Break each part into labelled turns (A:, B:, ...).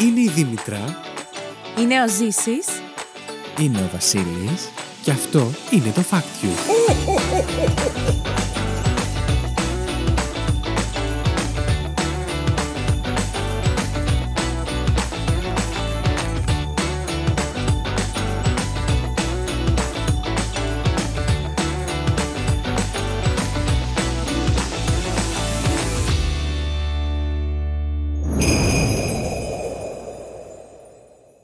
A: Είναι η Δήμητρα,
B: Είναι ο Ζήσης.
A: είναι ο Βασίλης και αυτό είναι το Fact You.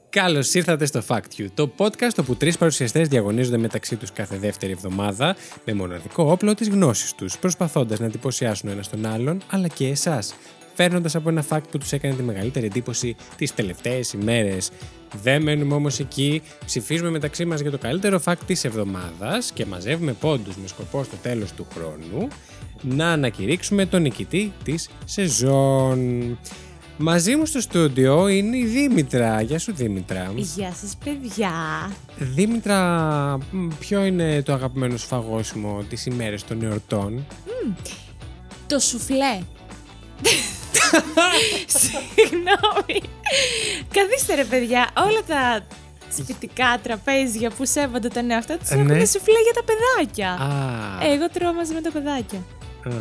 A: Καλώς ήρθατε στο Fact You, το podcast όπου τρεις παρουσιαστές διαγωνίζονται μεταξύ τους κάθε δεύτερη εβδομάδα με μοναδικό όπλο της γνώσης τους, προσπαθώντας να εντυπωσιάσουν ο ένα τον άλλον αλλά και εσάς. Φέρνοντας από ένα fact που τους έκανε τη μεγαλύτερη εντύπωση τις τελευταίες ημέρες. Δεν μένουμε όμως εκεί. Ψηφίζουμε μεταξύ μας για το καλύτερο fact της εβδομάδας και μαζεύουμε πόντους με σκοπό στο τέλος του χρόνου να ανακηρύξουμε τον νικητή της σεζόν. Μαζί μου στο στούντιο είναι η Δήμητρα. Γεια σου, Δήμητρα.
B: Γεια σας παιδιά.
A: Δήμητρα, μ, ποιο είναι το αγαπημένο σου φαγόσιμο τις ημέρες των εορτών?
B: Το σουφλέ. Συγγνώμη. Καθίστε ρε παιδιά, όλα τα σπιτικά τραπέζια που σέβονται τον εαυτό τους
A: Ε, ναι.
B: έχουν σουφλέ για τα παιδάκια.
A: Α,
B: Εγώ τρώω μαζί με τα παιδάκια.
A: α.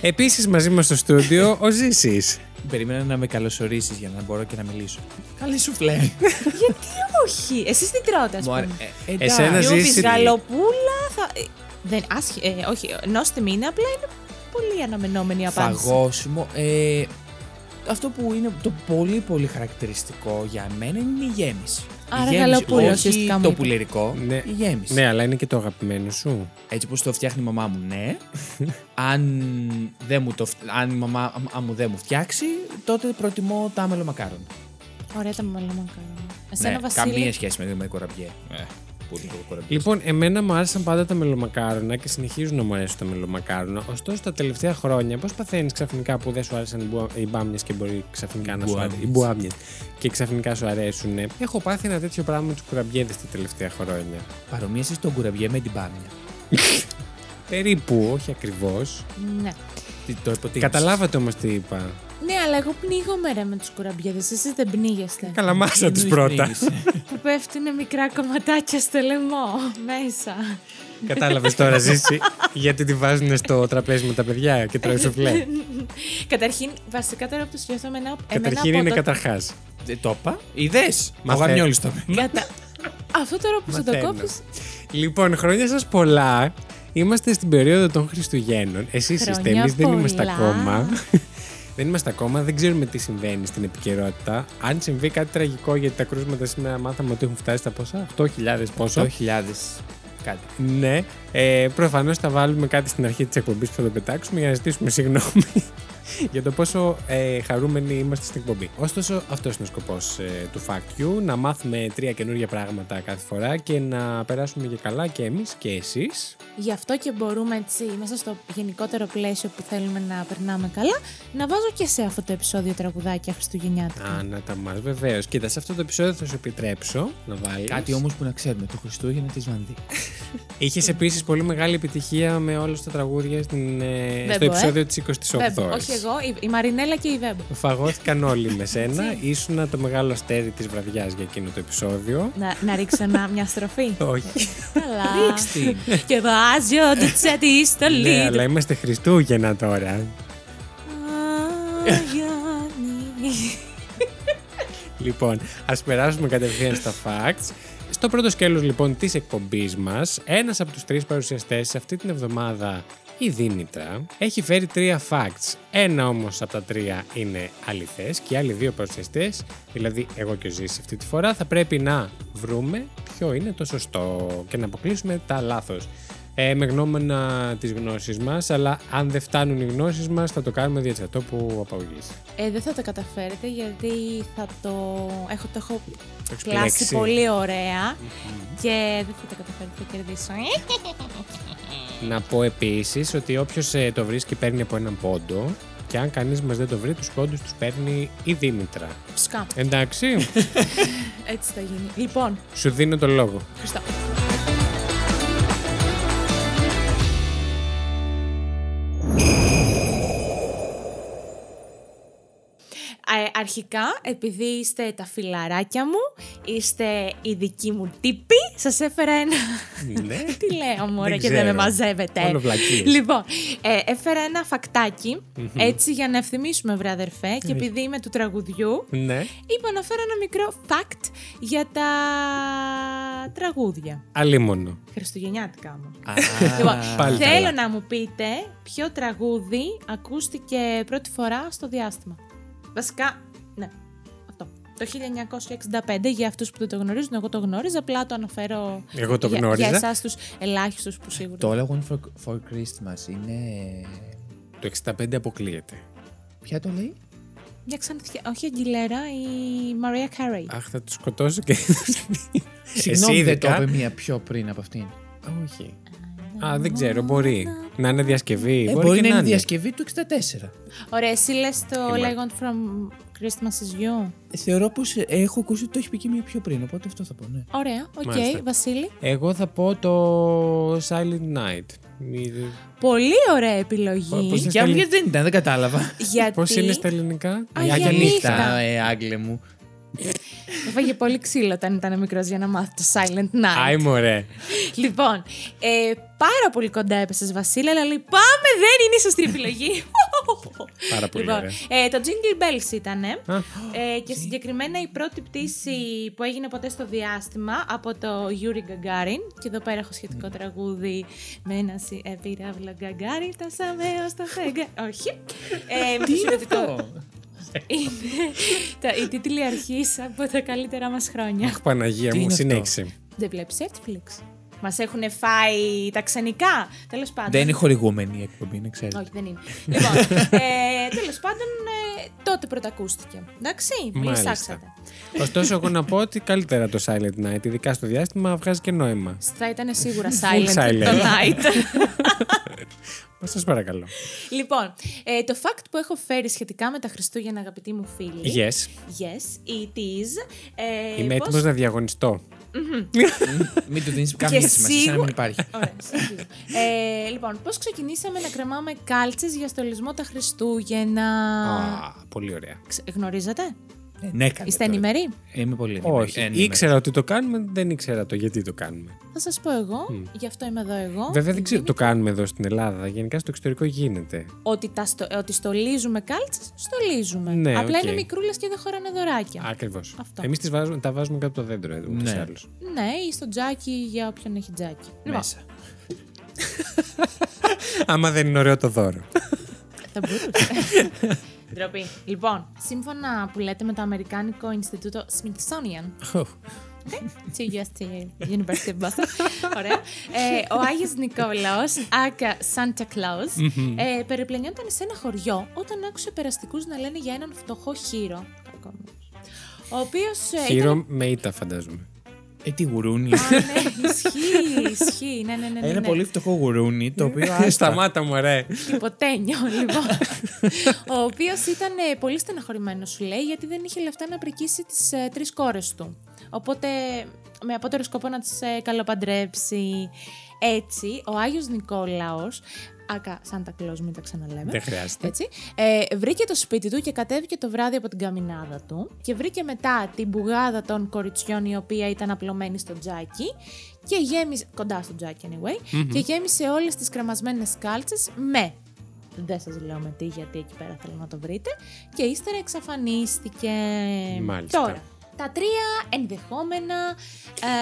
A: Επίσης μαζί μας στο στούντιο ο Ζήσης.
C: Περίμενα να με καλωσορίσεις για να μπορώ και να μιλήσω. Καλή σου φλέ.
B: Γιατί όχι, εσείς τι τρώτε ας
C: Μου αρέ-
B: πούμε.
C: ε,
A: Εσένα
C: εντάξει.
A: ζ-
B: Ζήση...
A: ζήσει-
B: γαλοπούλα θα... ε, Δεν, άσχε, ε, όχι, νόστε μην είναι, απλά είναι πολύ αναμενόμενη η απάντηση.
C: Φαγόσιμο. Ε, αυτό που είναι το πολύ πολύ χαρακτηριστικό για μένα είναι η γέμιση.
B: Άρα
C: η γέμιση,
B: γαλοπούλα
C: όχι
B: ουσιαστικά μου
C: το
B: είπε.
C: πουλερικό,
A: Ναι.
C: η γέμιση.
A: Ναι, αλλά είναι και το αγαπημένο σου.
C: Έτσι πως το φτιάχνει η μαμά μου, ναι. αν, δεν μου το, φ- αν η μαμά αν- αν μου δεν μου φτιάξει, τότε προτιμώ τα άμελο μακάρον.
B: Ωραία τα μαλλομακάροντα. Εσένα
C: ναι,
B: Βασίλη,
C: Καμία σχέση με, με κοραμπιέ. Ε, πολύ πολύ κοραμπιέ.
A: Λοιπόν, εμένα μου άρεσαν πάντα τα μελομακάρονα και συνεχίζουν να μου αρέσουν τα μελομακάρονα. Ωστόσο, τα τελευταία χρόνια, πώς παθαίνεις ξαφνικά που δεν σου άρεσαν οι μπουα- οι μπάμιες και μπορεί ξαφνικά να σου αρέσουν. Οι
C: μπουάμιες.
A: μπουάμιες και ξαφνικά σου αρέσουν. Έχω πάθει ένα τέτοιο πράγμα με τους κουραμπιέδες τα τελευταία χρόνια.
C: Παρομοίασε τον κουραμπιέ με την μπάμια.
A: Περίπου, όχι ακριβώς.
B: Ναι.
C: Τι- Το υποτίμησες.
A: Καταλάβατε όμως τι είπα.
B: ναι, αλλά εγώ πνίγομαι ρε με τους κουραμπιέδες, εσείς δεν πνίγεστε.
A: Καλαμάσα του πρώτα.
B: που πέφτουν μικρά κομματάκια στο λαιμό μέσα.
A: Κατάλαβες τώρα, Ζήση, γιατί τη βάζουν στο τραπέζι με τα παιδιά και
B: Ε,
A: τρώει σουφλέ.
B: Καταρχήν, βασικά τώρα που το σκέφτομαι, ένα,
A: Καταρχήν είναι
B: εμένα από το...
A: καταρχάς.
C: Δεν Ε, το είπα. Είδε. Μα
A: Μαθα-
C: γαμιόλι το είπε.
B: Κατα... Αυτό τώρα που σου το
A: Μαθαίνω.
B: κόβεις,
A: Λοιπόν, χρόνια σας πολλά. Είμαστε στην περίοδο των Χριστουγέννων. Εσείς είστε,
B: Χρόνια
A: εμείς δεν είμαστε
B: πολλά.
A: ακόμα. δεν είμαστε ακόμα, δεν ξέρουμε τι συμβαίνει στην επικαιρότητα. Αν συμβεί κάτι τραγικό, γιατί τα κρούσματα σήμερα μάθαμε ότι έχουν φτάσει στα πόσα, 8.000 πόσο.
C: 8.000 κάτι.
A: Ναι, ε, προφανώς θα βάλουμε κάτι στην αρχή της εκπομπής που θα το πετάξουμε για να ζητήσουμε συγγνώμη για το πόσο ε, χαρούμενοι είμαστε στην εκπομπή. Ωστόσο, αυτός είναι ο σκοπός ε, του Fact You, να μάθουμε τρία καινούργια πράγματα κάθε φορά και να περάσουμε και καλά και εμείς και εσείς.
B: γι' αυτό και μπορούμε έτσι, μέσα στο γενικότερο πλαίσιο που θέλουμε να περνάμε καλά, να βάζω και σε αυτό το επεισόδιο τραγουδάκια Χριστουγεννιάτικα.
A: Α, ναι, να τα μας βεβαίως. Κοίτα, σε αυτό το επεισόδιο θα σου επιτρέψω να βάλεις.
C: Κάτι όμως που να ξέρουμε. Το Χριστούγεννα της Βανδί.
A: Είχες επίσης πολύ μεγάλη επιτυχία με όλα τα τραγούδια στην, ε, στο
B: Βέμπο, ε.
A: επεισόδιο της 28ης.
B: Βέμπο, όχι εγώ, η, η Μαρινέλα και η Βέμπο.
A: Φαγώθηκαν όλοι με σένα. Ήσουνα το μεγάλο αστέρι της βραδιάς για εκείνο το επεισόδιο.
B: Να, να ρίξω ένα, μια στροφή.
A: Όχι.
B: Καλά. Ρίξτε. Και βάζει ο ντουτσέτη στο
A: ναι,
B: λίδι.
A: αλλά είμαστε Χριστούγεννα τώρα.
B: Α, Γιάννη.
A: Λοιπόν, ας περάσουμε κατευθείαν στα facts. Στο πρώτο σκέλος λοιπόν της εκπομπής μας, ένας από τους τρεις παρουσιαστές σε αυτή την εβδομάδα, η Δήμητρα, έχει φέρει τρία facts. Ένα όμως από τα τρία είναι αληθές και οι άλλοι δύο παρουσιαστές, δηλαδή εγώ και ο Ζήση αυτή τη φορά, θα πρέπει να βρούμε ποιο είναι το σωστό και να αποκλείσουμε τα λάθος. Ε, με γνώμονα τις γνώσεις μας, αλλά αν δεν φτάνουν οι γνώσεις μας, θα το κάνουμε διατσατό που απαγωγήσει.
B: Ε, δεν θα το καταφέρετε γιατί θα το έχω, το έχω
A: Το έχεις
B: κλάσει
A: επιλέξει.
B: πολύ ωραία και δεν θα το καταφέρετε, θα κερδίσω. Ε,
A: Να πω επίσης ότι όποιος το βρίσκει παίρνει από έναν πόντο και αν κανείς μας δεν το βρει, τους πόντους τους παίρνει η Δήμητρα.
B: Σκάμ.
A: Εντάξει,
B: Έτσι θα γίνει. Λοιπόν,
A: σου δίνω το λόγο.
B: Χριστό. Ε, Αρχικά, επειδή είστε τα φιλαράκια μου, είστε οι δικοί μου τύποι, σας έφερα ένα...
A: Ναι.
B: Τι λέω, μωρέ,
A: Δεν
B: και δεν με
A: ξέρω.
B: μαζεύετε.
A: Όλο βλακίες.
B: Λοιπόν, ε, έφερα ένα φακτάκι, έτσι για να ευθυμίσουμε, βρε αδερφέ, και επειδή είμαι του τραγουδιού,
A: Ναι.
B: είπα να φέρω ένα μικρό fact για τα τραγούδια.
A: Αλίμονο.
B: Χριστουγεννιάτικα μου.
C: Α,
B: Λοιπόν,
A: Πάλι
B: θέλω
A: καλά.
B: να μου πείτε ποιο τραγούδι ακούστηκε πρώτη φορά στο διάστημα. Βασικά, ναι, αυτό. Το 1965, για αυτούς που δεν το γνωρίζουν, εγώ το γνώριζα, απλά το αναφέρω
A: Εγώ το
B: για,
A: γνώριζα.
B: για εσάς τους ελάχιστους που σίγουρα...
C: Το All I Want for, for Christmas είναι.
A: Το 65 αποκλείεται.
C: Ποια το λέει?
B: Μια ξανθιά, όχι Αγγιλέρα, η Μαρία Κάρεϊ.
A: Αχ, θα τους σκοτώσω και.
C: Συγγνώμη, δεν το
A: ειδικά.
C: είπε μία πιο πριν από αυτήν.
A: Όχι. Α, δεν ξέρω, μπορεί. Να είναι διασκευή.
C: Ε, μπορεί
A: και
C: να είναι η διασκευή του 64.
B: Ωραία, εσύ λες το
A: Η Μα-
B: All I Want From Christmas Is You.
C: Θεωρώ πως έχω ακούσει ότι το έχει πει και μία πιο πριν, οπότε αυτό θα πω, ναι.
B: Ωραία, οκ,
A: Μάλιστα.
B: Βασίλη.
A: Εγώ θα πω το Silent Night.
B: Πολύ ωραία
A: Πώς
B: επιλογή.
A: είναι-
C: Για μου γιατί δεν ήταν, δεν κατάλαβα.
B: Γιατί
A: Πώς είναι στα ελληνικά,
B: Α,
A: Η
B: για
A: Άγια
B: νύχτα.
C: Τα, ε, Άγγλε μου.
B: έφαγε πολύ ξύλο όταν ήταν μικρός για να μάθει το Silent Night.
A: Άι, μωρέ.
B: Λοιπόν, ε, πάρα πολύ κοντά έπεσε, Βασίλη, αλλά λυπάμαι, δεν είναι η σωστή επιλογή.
A: Πάρα πολύ
B: λοιπόν,
A: ωραία.
B: ε, το Jingle Bells ήταν. ε,
A: Α.
B: ε, και συγκεκριμένα η πρώτη πτήση που έγινε ποτέ στο διάστημα από το Yuri Gagarin. Και εδώ πέρα έχω σχετικό
C: Ναι.
B: τραγούδι με ένα συ- ε, πυραύλο Gagarin. Τα σαμέως στο φεγγάρι. Όχι. Ε,
C: Τι είναι
B: μισό λεπτό.
C: αυτό.
B: Είναι τα- η τίτλη αρχής από τα καλύτερά μας χρόνια.
A: Αχ, Παναγία
C: Τι
A: μου,
C: είναι αυτό?
A: συνέχισε.
B: Δεν βλέπεις Netflix. Μας έχουν φάει τα ξενικά. Τέλος πάντων.
C: Δεν είναι χορηγούμενη η εκπομπή, να ξέρετε.
B: Όχι, δεν είναι. λοιπόν, ε, τέλος πάντων, ε, τότε πρωτακούστηκε. Εντάξει, πολύ
A: Μάλιστα.
B: ψάξατε.
A: Ωστόσο, εγώ να πω ότι καλύτερα το Silent Night, ειδικά στο διάστημα, βγάζει και νόημα.
B: Θα ήταν σίγουρα
A: Full
B: silent,
A: silent.
B: το night.
A: Σας παρακαλώ.
B: λοιπόν, ε, το fact που έχω φέρει σχετικά με τα Χριστούγεννα, αγαπητοί μου φίλοι.
A: Yes.
B: Yes, it is. Ε,
A: Είμαι
B: πώς-
A: έτοιμος να διαγωνιστώ.
C: Μην του δίνεις καμία
B: Και
C: σημασία, σαν να
B: σίγουρα-
C: μην υπάρχει.
B: Ωραία, συνεχίζω. ε, λοιπόν, πώς ξεκινήσαμε να κρεμάμε κάλτσες για στολισμό τα Χριστούγεννα.
A: Α, πολύ ωραία.
B: Ξε- Γνωρίζατε,
C: Ε, Ναι, καλέ
B: είστε
C: τώρα.
B: ενημεροί.
C: Είμαι πολύ ενημερή.
A: Όχι.
C: ενημερή.
A: Ήξερα ότι το κάνουμε, δεν ήξερα το γιατί το κάνουμε.
B: Θα σας πω εγώ, γι' αυτό είμαι εδώ εγώ.
A: Βέβαια δεν
B: Η
A: ξέρω, το κάνουμε εδώ στην Ελλάδα. Γενικά στο εξωτερικό γίνεται.
B: ότι, τα στο, ε, ότι στολίζουμε κάλτσες, στολίζουμε.
A: Ναι,
B: Απλά
A: οκ.
B: είναι μικρούλες και δεν χωράνε δωράκια.
A: Ακριβώς.
B: Αυτό.
A: Εμείς βάζουμε, τα βάζουμε κάτω από το δέντρο εδώ, ούτως ή
C: Ναι.
A: άλλως.
B: Ναι, ή στο τζάκι για όποιον έχει τζάκι. Λοιπόν,
C: Μέσα.
A: Άμα δεν είναι ωραίο το δώρο.
B: Ε, θα μπορούσε. Ντροπή. Λοιπόν, σύμφωνα που λέτε με το Αμερικάνικο Ινστιτούτο Smithsonian, Ε, to UST University of Boston, ωραία, ε, ο Άγιος Νικόλαος, άκα Santa Claus, ε, περιπλανιόταν σε ένα χωριό όταν άκουσε περαστικούς να λένε για έναν φτωχό χείρο, ο οποίος ε, ήταν
A: Χείρο με ήττα, φαντάζομαι.
C: Ε, τι γουρούνι.
B: Α, ναι, ισχύει, ισχύει. Ναι, ναι, ναι. ναι,
C: Ένα
B: ναι.
C: Ε,
B: Ε,
C: πολύ φτωχό γουρούνι, το οποίο. Ε, άστα.
A: Σταμάτα μου, ρε.
B: Τυποτένιο, λοιπόν. ο οποίος ήταν ε, πολύ στεναχωρημένος, σου λέει, γιατί δεν είχε λεφτά να πρικήσει τις ε, τρεις κόρες του. Οπότε, με απότερο σκοπό να τις ε, καλοπαντρέψει. Έτσι, ο Άγιος Νικόλαος, άκα Σάντα Κλός, μην τα ξαναλέμε,
A: Δεν χρειάζεται.
B: έτσι, ε, βρήκε το σπίτι του και κατέβηκε το βράδυ από την καμινάδα του και βρήκε μετά την μπουγάδα των κοριτσιών η οποία ήταν απλωμένη στο τζάκι και γέμισε, κοντά στο τζάκι anyway, και γέμισε όλες τις κρεμασμένες κάλτσες με δεν σας λέω με τι, γιατί εκεί πέρα θέλω να το βρείτε. Και ύστερα εξαφανίστηκε.
A: Μάλιστα.
B: Τώρα, τα τρία ενδεχόμενα...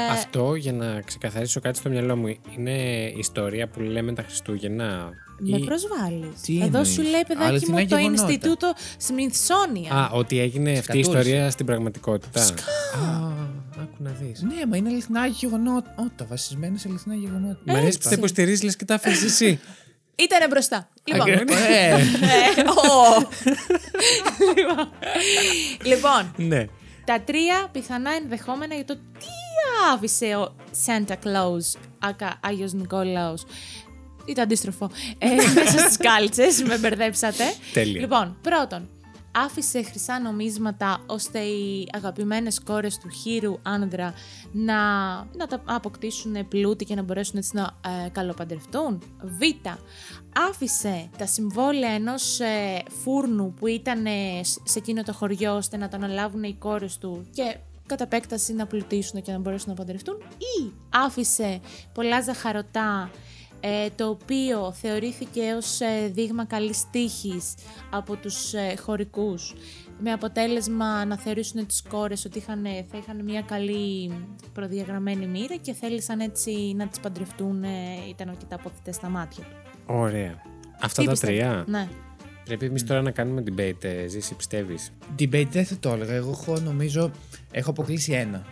B: ε,
A: Αυτό για να ξεκαθαρίσω κάτι στο μυαλό μου είναι ιστορία που λέμε τα Χριστούγεννα.
B: με
A: ή-
B: προσβάλλεις.
C: Τι
B: Εδώ
C: εννοείς?
B: σου λέει,
C: Άλλα
B: παιδάκι
C: κοινά
B: μου, το
C: γεγονότα.
B: Ινστιτούτο Smithsonian.
A: Α, ότι έγινε αυτή η
C: Σκατούρισε.
A: ιστορία στην πραγματικότητα. Α, άκου να δεις.
C: Ναι, μα είναι αληθινά γεγονότα. Ότα, βασισμένα σε αληθινά γεγονότα.
B: Ε,
A: Μ' αρέσει που τα υποστηρίζεις, λες και τα αφήνει εσύ.
B: Ήτανε μπροστά. Λοιπόν,
A: Ακριβώς.
C: Ε,
B: Ε, ω. Λοιπόν, λοιπόν,
A: ναι.
B: τα τρία πιθανά ενδεχόμενα για το τι άφησε ο Santa Claus, άκα Άγιος Νικόλαος, ή το αντίστροφο, ε, μέσα στις κάλτσες, με μπερδέψατε.
A: Τέλεια.
B: Λοιπόν, πρώτον, άφησε χρυσά νομίσματα ώστε οι αγαπημένες κόρες του χείρου άντρα να, να τα αποκτήσουν πλούτη και να μπορέσουν έτσι να ε, καλοπαντρευτούν. Β. Άφησε τα συμβόλαια ενός ε, φούρνου που ήταν ε, σε εκείνο το χωριό ώστε να τα αναλάβουν οι κόρες του και κατά επέκταση να πλουτίσουν και να μπορέσουν να παντρευτούν ή άφησε πολλά ζαχαρωτά ε, το οποίο θεωρήθηκε ως ε, δείγμα καλής τύχης από τους ε, χωρικούς με αποτέλεσμα να θεωρήσουν τις κόρες ότι είχαν, θα είχαν μια καλή προδιαγραμμένη μοίρα και θέλησαν έτσι να τις παντρευτούν, ε, ήταν αρκετά αποθητές στα μάτια του.
A: Ωραία. Αυτά
B: Τι
A: τα
B: πιστεύετε?
A: τρία.
B: Ναι.
A: Πρέπει εμείς τώρα να κάνουμε debate. ε, Ζήση, πιστεύεις.
C: Debate δεν θα το έλεγα. Εγώ έχω, νομίζω έχω αποκλείσει ένα.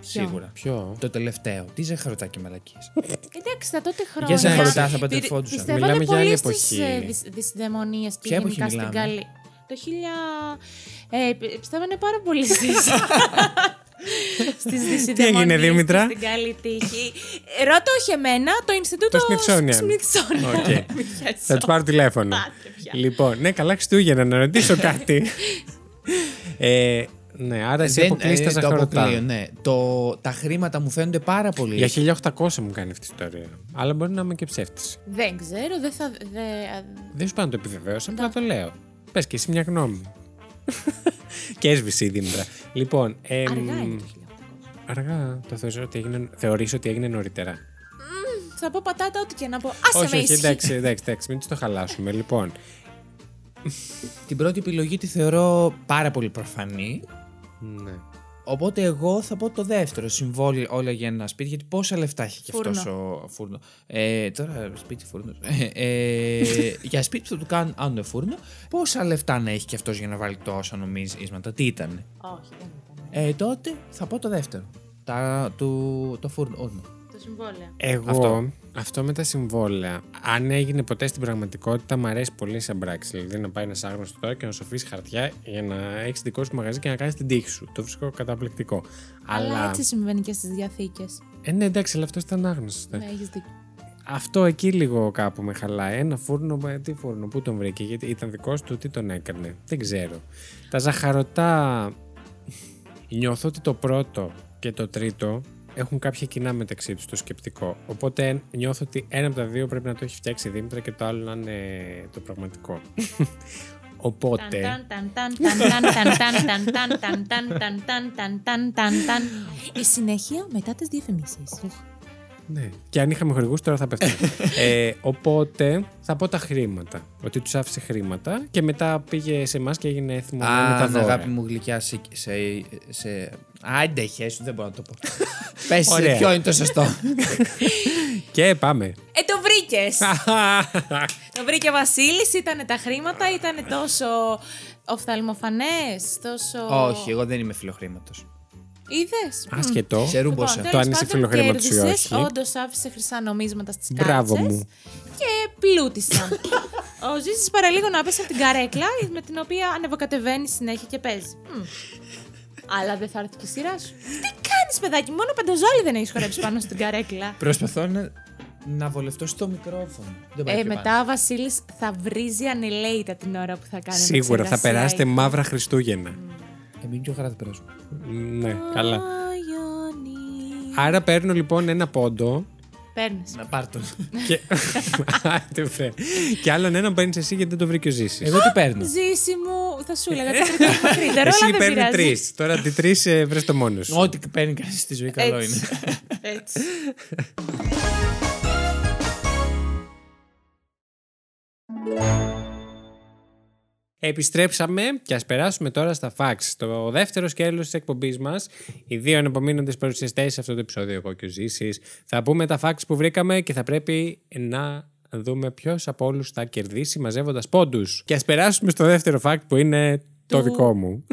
C: Σίγουρα.
A: Ποιο.
C: Το τελευταίο. Τι ζαχαρωτά και μαλακίες.
B: Εντάξει, τα τότε χρόνια.
C: Για ζαχαρωτά θα
B: πι-
C: παντρεφόντουσαν.
B: Πιστεύανε
A: Μιλάμε για άλλη
B: πολύ στις
A: εποχή.
B: ε, δυσ- δυσδαιμονίες και
C: Ποια εποχή
B: γενικά στην
C: μιλάμε?
B: καλή. Το χίλια... Ε, πι- πιστεύανε πάρα πολύ στις... στις δυσιδαιμονίες
A: έγινε, Δήμητρα?
B: και Στην καλή τύχη. Ε, Ρώτα όχι εμένα, το Ινστιτούτο
A: Το Smithsonian.
B: Smithsonian.
A: Οκ.
B: Μη χαίσω.
A: Θα του πάρω τηλέφωνο.
B: Πάτε πια.
A: λοιπόν, ναι, καλά Χριστούγεννα να ρωτήσω κάτι. ε, ναι, άρα εσύ αποκλείσει τα
C: ε, το αποκλείω,
A: ζαχαρωτά.
C: ναι. Το, τα χρήματα μου φαίνονται πάρα πολύ.
A: Για 1800 μου κάνει αυτή η ιστορία. Αλλά μπορεί να είμαι και ψεύτης.
B: Δεν ξέρω, δεν θα... δε-
A: Δεν σου πάνω το επιβεβαίωσα, απλά το λέω. Πες και εσύ μια γνώμη. και έσβησε η Δήμητρα. Λοιπόν. εμ,
B: Αργά είναι το 1800.
A: αργά. Το θεωρείς ότι έγινε, θεωρείς ότι έγινε νωρίτερα.
B: Θα πω πατάτα ό,τι και να πω. Άσε
A: όχι,
B: με
A: όχι,
B: ήσυχη.
A: εντάξει, εντάξει, εντάξει, μην του το χαλάσουμε. λοιπόν,
C: Την πρώτη επιλογή τη θεωρώ πάρα πολύ προφανή.
A: ναι.
C: Οπότε εγώ θα πω το δεύτερο συμβόλαιο όλα για ένα σπίτι, γιατί πόσα λεφτά έχει και
B: Φούρνο.
C: αυτός ο φούρνο. Ε, τώρα σπίτι φούρνος. Ε, για σπίτι που θα του κάνουν, αν είναι φούρνο, πόσα λεφτά να έχει και αυτός για να βάλει τόσα νομίσματα. Τι ήταν.
B: Όχι, δεν ήταν.
C: Ε, τότε θα πω το δεύτερο. Τα, του, το φούρνο. Όρνο.
B: Το συμβόλαιο.
A: Εγώ, αυτό.
C: Αυτό.
A: με τα συμβόλαια, αν έγινε ποτέ στην πραγματικότητα, μου αρέσει πολύ σαν πράξη. Δηλαδή να πάει ένας άγνωστος τώρα και να σου αφήσει χαρτιά για να έχεις δικό σου μαγαζί και να κάνεις την τύχη σου. Το βρίσκω καταπληκτικό.
B: Αλλά... έτσι συμβαίνει και στις διαθήκες.
A: Ε, ναι, εντάξει, αλλά αυτός ήταν άγνωστος.
B: Ναι, έχεις δίκιο.
A: Αυτό εκεί λίγο κάπου με χαλάει. Ένα φούρνο, ε, τι φούρνο, πού τον βρήκε, γιατί ήταν δικό του, τι τον έκανε. Δεν ξέρω. Τα ζαχαρωτά. Νιώθω ότι το πρώτο και το τρίτο έχουν κάποια κοινά μεταξύ τους το σκεπτικό. Οπότε νιώθω ότι ένα από τα δύο πρέπει να το έχει φτιάξει η Δήμητρα και το άλλο να είναι το πραγματικό. Οπότε.
B: Ταν, ταν, ταν, ταν, ταν, ταν, ταν, ταν, ταν, ταν, ταν, ταν, ταν, ταν, ταν, ταν. Η συνέχεια μετά τις διαφημίσεις.
A: Ναι. Και αν είχαμε χορηγούς, τώρα θα πέφτουν. ε, οπότε θα πω τα χρήματα. Ότι τους άφησε χρήματα και μετά πήγε σε εμάς και έγινε έθιμο με τα
C: Α, ναι,
A: δώρα.
C: αγάπη μου γλυκιά σε. σε, σε... Άντε, χέσου, δεν μπορώ να το πω. Πες
A: Ωραία.
C: ποιο είναι το σωστό.
A: Και πάμε.
B: Ε, το βρήκες! Το βρήκε ο Βασίλης, ήταν τα χρήματα, ήταν τόσο οφθαλμοφανές, τόσο...
C: Όχι, εγώ δεν είμαι φιλοχρήματος.
B: Είδες?
A: Ασχετό.
C: Σε
B: Λοιπόν,
C: ρούμπος.
A: Το αν είσαι φιλοχρήματος ή όχι.
B: Όντως άφησε χρυσά νομίσματα στις
A: Μπράβο
B: κάτσες
A: μου.
B: και πλούτησαν. Ο Ζήσης παραλίγο να πέσει από την καρέκλα με την οποία ανεβοκατεβαίνει συνέχεια και παίζει. Μμ. Αλλά δεν θα έρθει και η σειρά σου. Τι κάνεις παιδάκι, μόνο παντοζόλι δεν έχεις χορέψει πάνω στην καρέκλα.
C: Προσπαθώ να, να βολευτώ στο μικρόφωνο. Δεν πάει
B: Ε,
C: πιο πάνω.
B: μετά ο Βασίλης θα βρίζει ανελέητα την ώρα που θα κάνει
A: Σίγουρα θα
B: επεξεργασία.
A: περάσετε μαύρα Χριστούγεννα.
C: Εμείνει και Ε, ο χαράς περάσουμε.
A: Ναι, καλά.
B: Α, Ιωάννη.
A: Άρα παίρνω λοιπόν ένα πόντο
B: Παίρνεις.
C: Να πάρ' τον.
A: και. Άντε, βρε. και άλλον έναν παίρνεις εσύ γιατί δεν το βρήκε ο Ζήσης.
C: Εγώ τι παίρνω.
B: Ζήση μου, θα σου έλεγα. το τρίτο μακρύτερο, αλλά
A: Εσύ
B: δεν
A: παίρνει
B: πειράζει.
A: τρεις. Τώρα αντί τρει βρες το μόνος σου.
C: Ό,τι παίρνει κανείς στη ζωή καλό
B: Έτσι.
C: είναι.
B: Έτσι.
A: Επιστρέψαμε και ας περάσουμε τώρα στα fax. Το δεύτερο σκέλος της εκπομπής μας, οι δύο ανεπομείνοντες παρουσιαστές σε αυτό το επεισόδιο, εγώ και ο Ζήσης, θα πούμε τα fax που βρήκαμε και θα πρέπει να δούμε ποιος από όλους θα κερδίσει μαζεύοντας πόντους. Και ας περάσουμε στο δεύτερο fact που είναι το
B: Του.
A: δικό μου.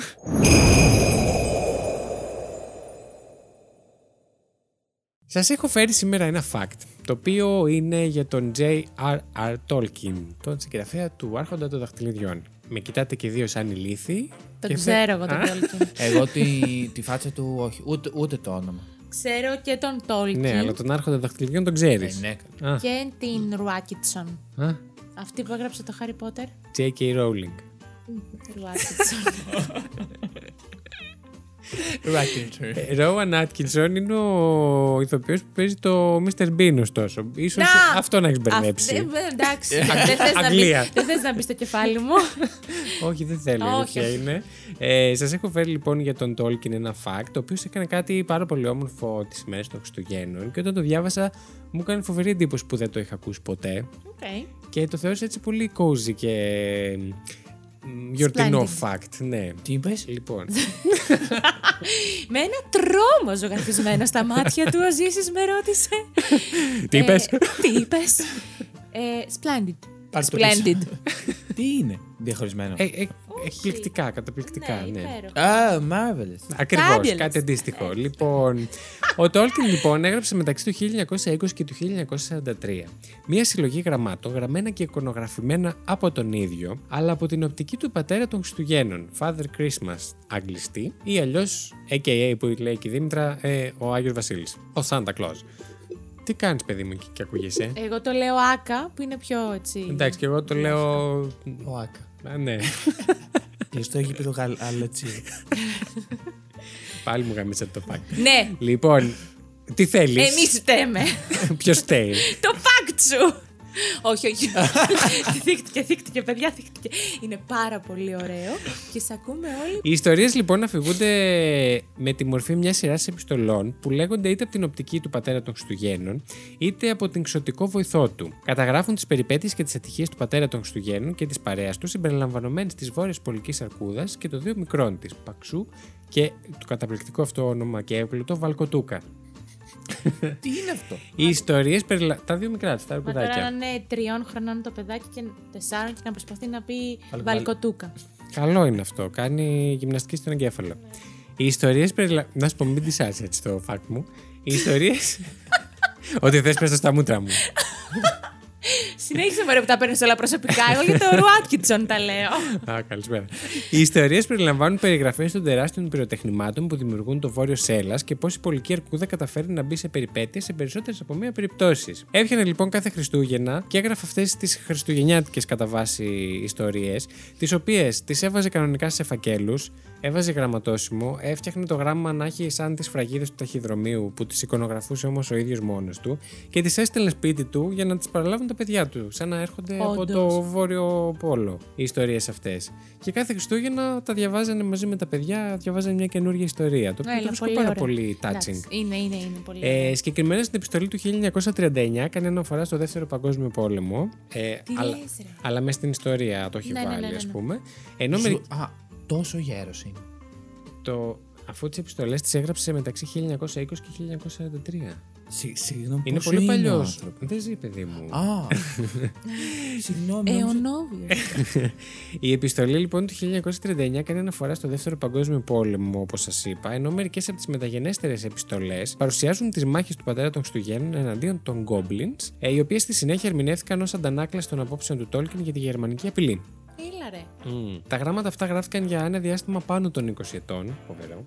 A: Σας έχω φέρει σήμερα ένα fact, το οποίο είναι για τον J.R.R. Tolkien, τον συγγραφέα του Άρχοντα των Δαχτυλιδιών. Με κοιτάτε και δύο σαν ηλίθιοι.
B: Το
A: και θε-
B: ξέρω εγώ
A: Α,
B: τον Τόλκιν.
C: Εγώ τη, τη φάτσα του, όχι, ούτε, ούτε το όνομα.
B: Ξέρω και τον Τόλκιν
A: Ναι, αλλά τον Άρχοντα των Δαχτυλιδιών τον ξέρεις.
C: Ναι,
A: Α,
B: και την Ρουάκιτσον.
A: α,
B: Αυτή που έγραψε το Χάρι Πότερ.
A: J.K. Rowling.
C: Racketeer.
A: Ρόαν Άτκινσον Ε, είναι ο ηθοποιός που παίζει το Mr. Bean, ωστόσο. σω
B: Να!
A: αυτό να έχεις
B: Ε,
A: μπερδέψει.
B: βε- Εντάξει. Δεν θες να
A: Αγγλία.
B: μπεις- Δεν θες να μπεις στο κεφάλι μου.
A: Όχι, δεν θέλω.
B: Όχι,
A: αλήθεια
B: όχι.
A: είναι. Ε, Σας έχω φέρει λοιπόν για τον Τόλκιν ένα fact, το οποίος έκανε κάτι πάρα πολύ όμορφο τις μέρες των Χριστουγέννων. Και όταν το διάβασα, μου έκανε φοβερή εντύπωση που δεν το είχα ακούσει ποτέ.
B: Οκ.
A: Και το θεώρησα έτσι πολύ cozy και μ, γιορτινό fact. Ναι.
C: Τι είπες,
A: Λοιπόν,
B: Με ένα τρόμο ζωγραφισμένο στα μάτια του ο Ζήσης με ρώτησε.
A: τι
B: Ε,
A: είπες.
B: Τι είπες. Ε, Splendid.
C: Πάρε το
B: Splendid. Ναι,
C: Ε, Τι είναι, διαχωρισμένο.
A: Ε, Εκπληκτικά, καταπληκτικά.
B: Ναι,
A: ναι.
B: υπέροχα.
C: Ε, Α, marvelous.
A: Ακριβώς,
B: Fabulous.
A: κάτι αντίστοιχο. λοιπόν, ο Τόλκιν λοιπόν έγραψε μεταξύ του 1920 και του 1943 μία συλλογή γραμμάτων γραμμένα και εικονογραφημένα από τον ίδιο, αλλά από την οπτική του πατέρα των Χριστουγέννων, Father Christmas, αγγλιστή, ή αλλιώς, AKA που λέει και η Δήμητρα, ε, ο Άγιος Βασίλης, ο Santa Claus. Τι κάνεις, παιδί μου, και- και ακούγεσαι. ε?
B: Εγώ το λέω άκα που είναι πιο έτσι.
A: Εντάξει, και εγώ το λέω.
C: Ο Άκα.
A: Α, ναι,
C: Κλειστό γήπεδο γαλατσί.
A: πάλι μου γαμίσατε το πάκι.
B: Ναι,
A: λοιπόν, τι θέλεις.
B: εμείς φταίμε.
A: Ποιος θέλει.
B: Το fact σου. Όχι, όχι. θύκτηκε, θύκτηκε, παιδιά, θύκτηκε. Είναι πάρα πολύ ωραίο και σε ακούμε όλοι.
A: Οι ιστορίες λοιπόν αφηγούνται με τη μορφή μιας σειράς επιστολών που λέγονται είτε από την οπτική του πατέρα των Χριστουγέννων, είτε από την ξωτικό βοηθό του. Καταγράφουν τις περιπέτειες και τις ατυχίες του πατέρα των Χριστουγέννων και της παρέας του, συμπεριλαμβανομένης της βόρειας πολικής αρκούδας και των δύο μικρών της, Παξού και το καταπληκτικό αυτό όνομα και έπλουτο Βαλκοτούκα.
C: Τι είναι αυτό.
A: Οι ιστορίες περιλαμβάνουν. Τα δύο μικρά της, τα
B: Μα τώρα να
A: αρκουδάκια.
B: είναι τριών χρονών το παιδάκι και τεσσάρων και να προσπαθεί να πει
C: Βαλ-
B: βαλκοτούκα.
A: Καλό είναι αυτό. Κάνει γυμναστική στον εγκέφαλο. Οι ιστορίες περιλαμβάνουν. Να σου πω, μην τη άρεσε έτσι το fact μου. Οι ιστορίες. Ό,τι θες, πες το στα μούτρα μου.
B: Συνέχισε μωρέ που τα παίρνεις όλα προσωπικά. Εγώ για το Ρουάτκιτσον τα λέω.
A: Α, καλησπέρα. Οι ιστορίες περιλαμβάνουν περιγραφές των τεράστιων πυροτεχνημάτων που δημιουργούν το βόρειο Σέλλα και πώς η πολική αρκούδα καταφέρει να μπει σε περιπέτειες σε περισσότερες από μία περιπτώσεις. Έπιανε λοιπόν κάθε Χριστούγεννα και έγραφε αυτές τις χριστουγεννιάτικες κατά βάση ιστορίες, τις οποίες τις έβαζε κανονικά σε φακέλους, έβαζε γραμματόσημο, έφτιαχνε το γράμμα να έχει σαν τις φραγίδες του ταχυδρομείου που τις εικονογραφούσε όμως ο ίδιος μόνος του και τις έστελνε σπίτι του για να τις παραλάβουν τα παιδιά του, σαν να έρχονται από
B: Όντως.
A: το Βόρειο Πόλο οι ιστορίες αυτές. Και κάθε Χριστούγεννα τα διαβάζανε μαζί με τα παιδιά, διαβάζανε μια καινούργια ιστορία. Το οποίο
B: Έλα,
A: το βρίσκω πάρα
B: ωραίο.
A: πολύ touching.
B: Εντάξει, Είναι, είναι, είναι πολύ.
A: Ε,
B: ωραίο.
A: συγκεκριμένα στην επιστολή του 1939 κάνει αναφορά στο Δεύτερο Παγκόσμιο Πόλεμο. Ε,
B: Τι
A: αλλά,
B: λες, ρε.
A: αλλά μέσα στην ιστορία το έχει
B: Ναι, ναι, ναι,
A: βάλει,
B: ναι,
A: ας
B: ναι.
A: πούμε. Ενώ
C: Σου-
A: με,
C: Α, τόσο γέρος είναι.
A: το, αφού τις επιστολές τις έγραψε μεταξύ 1920 και 1943.
C: Συ- Συγγνώμη,
A: Είναι
C: πόσο
A: πολύ
C: ο
A: παλιός.
C: άνθρωπος?
A: Δεν ζει, παιδί μου.
C: Α, συγγνώμη.
B: Ε, ο
C: νόμιζα-
B: Νόβιος.
A: Η επιστολή λοιπόν του 1939 κάνει αναφορά στο Δεύτερο Παγκόσμιο Πόλεμο, όπως σας είπα, ενώ μερικές από τις μεταγενέστερες επιστολές παρουσιάζουν τις μάχες του πατέρα των Χριστουγέννων εναντίον των Goblins, ε, οι οποίες στη συνέχεια ερμηνεύτηκαν ως αντανάκλαση των απόψεων του Τόλκιν για τη γερμανική απειλή.
B: Έλα ρε.
A: Τα γράμματα αυτά γράφτηκαν για ένα διάστημα πάνω των 20 ετών, φοβερό,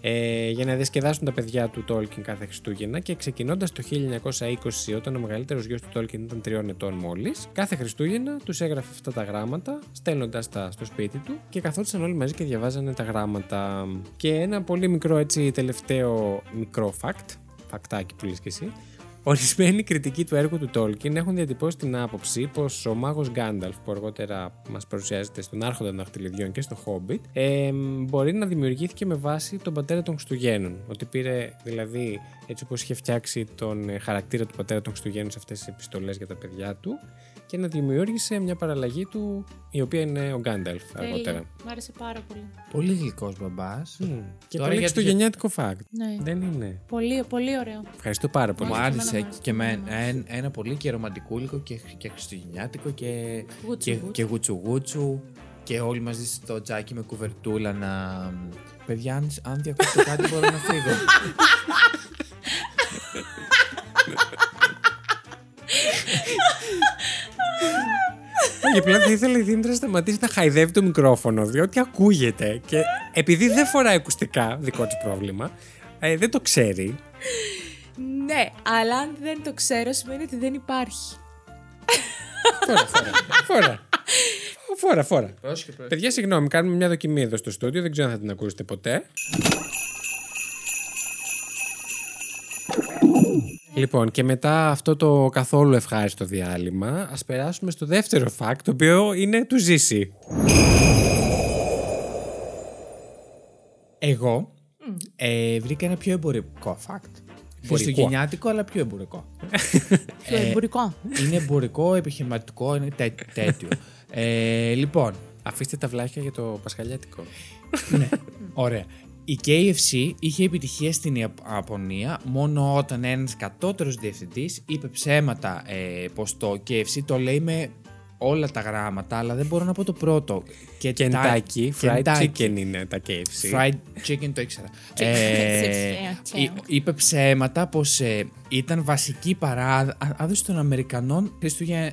A: ε, για να διασκεδάσουν τα παιδιά του Τόλκιν κάθε Χριστούγεννα και ξεκινώντας το 1920, όταν ο μεγαλύτερος γιος του Τόλκιν ήταν τριών ετών μόλις, κάθε Χριστούγεννα τους έγραφε αυτά τα γράμματα, στέλνοντας τα στο σπίτι του και καθόντουσαν όλοι μαζί και διαβάζανε τα γράμματα. Και ένα πολύ μικρό έτσι τελευταίο μικρό fact, φακτάκι που λες και εσύ, Ορισμένοι κριτικοί του έργου του Τόλκιν έχουν διατυπώσει την άποψη πως ο μάγος Γκάνταλφ, που αργότερα μας παρουσιάζεται στον Άρχοντα των Δαχτυλιδιών και στο Χόμπιτ, ε, μπορεί να δημιουργήθηκε με βάση τον πατέρα των Χριστουγέννων. Ότι πήρε δηλαδή έτσι όπως είχε φτιάξει τον ε, χαρακτήρα του πατέρα των Χριστουγέννων σε αυτές τις επιστολές για τα παιδιά του και να δημιούργησε μια παραλλαγή του, η οποία είναι ο Γκάνταλφ αργότερα.
B: Τέλεια. Μ' άρεσε πάρα πολύ.
C: Πολύ γλυκός μπαμπάς.
A: Μμμ. Και
C: Τώρα
A: πολύ
C: για-
A: χριστουγεννιάτικο fact.
B: Ναι.
A: Δεν είναι.
B: Πολύ, πολύ ωραίο.
A: Ευχαριστώ πάρα πολύ.
C: Μου
B: Μάλιστα,
C: άρεσε
B: εμένα μου
C: και
B: άρεσε,
C: με
B: εμένα μου
C: ένα, ένα πολύ και ρομαντικούλικο και, και χριστουγεννιάτικο και
B: Γούτσου,
C: και,
B: γούτσου.
C: και γουτσουγούτσου και όλοι μαζί στο τζάκι με κουβερτούλα να... Παιδιά, αν, αν διακόψω κάτι μπορώ να φύγω.
A: Ε, Και πλέον θα ήθελα η Δήμητρα να σταματήσει να χαϊδεύει το μικρόφωνο, διότι ακούγεται. Και επειδή δεν φοράει ακουστικά, δικό τη πρόβλημα, ε, δεν το ξέρει.
B: Ναι, αλλά αν δεν το ξέρω σημαίνει ότι δεν υπάρχει.
A: Φορά, φορά. φορά. Φόρα, φόρα.
C: Πρόσεχε, πρόσεχε.
A: Παιδιά, συγγνώμη, κάνουμε μια δοκιμή εδώ στο στούντιο. Δεν ξέρω αν θα την ακούσετε ποτέ. Λοιπόν, και μετά αυτό το καθόλου ευχάριστο διάλειμμα, ας περάσουμε στο δεύτερο fact, το οποίο είναι του ζήσει.
C: Εγώ ε, βρήκα ένα πιο εμπορικό fact. Χριστουγεννιάτικο, αλλά πιο εμπορικό.
A: Ε,
B: Πιο εμπορικό.
C: είναι εμπορικό, επιχειρηματικό, είναι τέ- τέτοιο. ε, λοιπόν,
A: Αφήστε τα βλάχια για το πασχαλιάτικο.
C: ναι, ωραία. Η KFC είχε επιτυχία στην Ιαπ- Ιαπωνία μόνο όταν ένας κατώτερος διευθυντής είπε ψέματα ε, πως το KFC το λέει με όλα τα γράμματα, αλλά δεν μπορώ να πω το πρώτο. Και
A: Κεντάκι, fried
C: Kentucky.
A: chicken είναι τα KFC.
C: Fried chicken το ήξερα. Ε,
B: chicken,
C: εί- είπε ψέματα πως ε, ήταν βασική παράδοση των Αμερικανών Χριστουγεννών.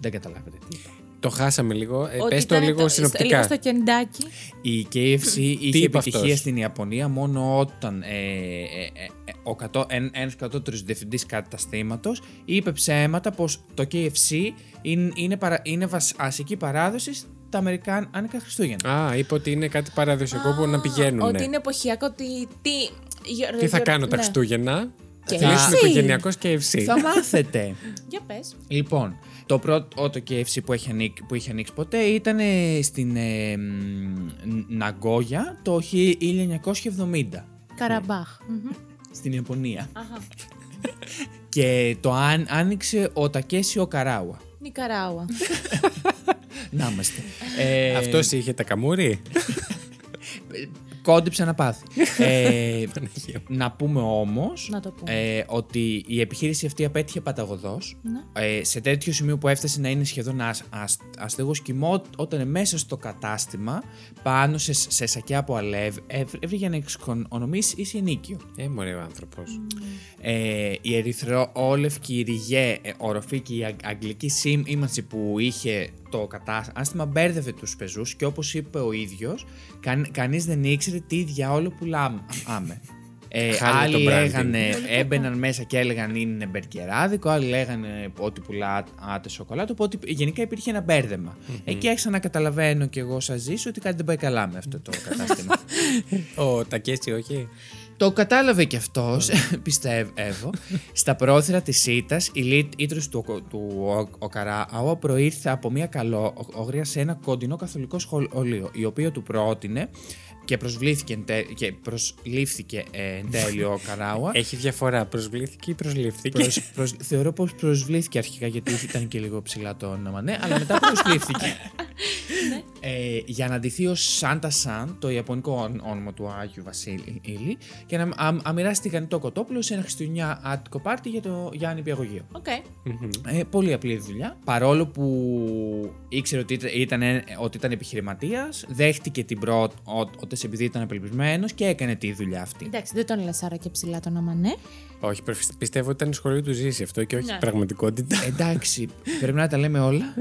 C: Δεν καταλάβατε τι. είπα.
A: Το χάσαμε λίγο. Ε,
B: Ότι
A: πες το
B: ήταν
A: λίγο συνοπτικά.
B: Λίγο στο κεντάκι.
C: Η KFC είχε
A: είπες
C: επιτυχία
A: αυτός?
C: στην Ιαπωνία μόνο όταν ε, ε, ε, ε, ο κατώ, εν, ένας κατώτερος διευθυντής καταστήματος είπε ψέματα πως το KFC είναι, είναι, παρα, είναι βασική παράδοσης τα Αμερικάνικα Χριστούγεννα.
A: Α, είπε ότι είναι κάτι παραδοσιακό που να πηγαίνουν.
B: Ότι είναι εποχιακό. Ότι τι. γιο-
A: Τι θα
B: γιο-
A: κάνω τα
B: ναι.
A: Χριστούγεννα. Θα
B: KFC.
A: κλείσουμε οικογενειακός KFC.
C: Θα μάθετε!
B: Για πες.
C: Λοιπόν, το πρώτο το KFC που, έχει ανοίξει, που είχε ανοίξει ποτέ ήταν ε, στην ε, μ, Ναγκόγια το 1970
B: Καραμπάχ. Μμμ.
C: στην Ιαπωνία.
B: Αχα.
C: Και το αν, άνοιξε ο Τακέσιο Καράουα.
B: Νικαράουα.
C: Να είμαστε. Ε,
A: Αυτός είχε τα καμούρι.
C: κόντυψε να πάθει. Ε,
A: Παναγία μου.
C: να πούμε όμως
B: Να το πούμε.
C: ε, ότι η επιχείρηση αυτή απέτυχε παταγωδός
B: Ναι.
C: ε, σε τέτοιο σημείο που έφτασε να είναι σχεδόν ασ, ασ, αστεγός και όταν μέσα στο κατάστημα πάνω σε, σε σακιά από αλεύ έβ- έβριγε να εξοικονομήσει ίση ενίκιο.
A: Ε, μωρέ ο άνθρωπος.
C: Ε, η ερυθρόλευκη η ριγέ ε, οροφή και η αγ- αγγλική σήμανση που είχε το κατάστημα μπέρδευε τους πεζούς και όπως είπε ο ίδιος καν, κανείς δεν ήξερε τι διαόλο πουλάμε. Ε,
A: Χάλια το
C: άλλοι
A: branding.
C: λέγανε, έμπαιναν μέσα και έλεγαν είναι μπερκεράδικο, άλλοι λέγανε ότι πουλάτε σοκολάτα. Οπότε γενικά υπήρχε ένα μπέρδεμα. Εκεί άρχισα να καταλαβαίνω κι εγώ σας ζήσω ότι κάτι δεν πάει καλά με αυτό το κατάστημα.
A: Ο Τακέτσι, όχι.
C: Το κατάλαβε κι αυτό, πιστεύω. Στα πρόθυρα της ήττας, η ήτρος του, ο- του ο- Οκαράουα προήρθε από μια καλόγρια σε ένα κοντινό καθολικό σχολείο, η οποία του πρότεινε και προσβλήθηκε εν τε- και προσλήφθηκε ε, εν τέλει ο Καράουα.
A: Έχει διαφορά. Προσβλήθηκε ή προσλήφθηκε.
C: Προσ- προσ- θεωρώ πως προσβλήθηκε αρχικά γιατί ήταν και λίγο ψηλά το όνομα, ναι, αλλά μετά προσβλήθηκε. ε, για να ντυθεί ως Σάντα Σαν, το ιαπωνικό όν- όνομα του Άγιου Βασίλη, και να α, α, μοιράσει τηγανιτό κοτόπουλο σε ένα χριστουγεννιάτικο πάρτι για το Γιάννη Πιαγωγείο.
B: Οκ.
A: Μμμ.
C: Ε, πολύ απλή δουλειά. Παρόλο που ήξερε ότι ήταν, ήταν- ότι ήταν επιχειρηματίας, δέχτηκε την πρώτη επειδή ήταν απελπισμένος και έκανε τη δουλειά αυτή.
B: Εντάξει, δεν τον λες άρα και ψηλά τον άμα ναι.
A: όχι, προ- πιστεύω ότι ήταν σχολείο του ζήσει αυτό και όχι
B: Ναι.
A: πραγματικότητα.
C: Εντάξει, πρέπει να τα λέμε όλα.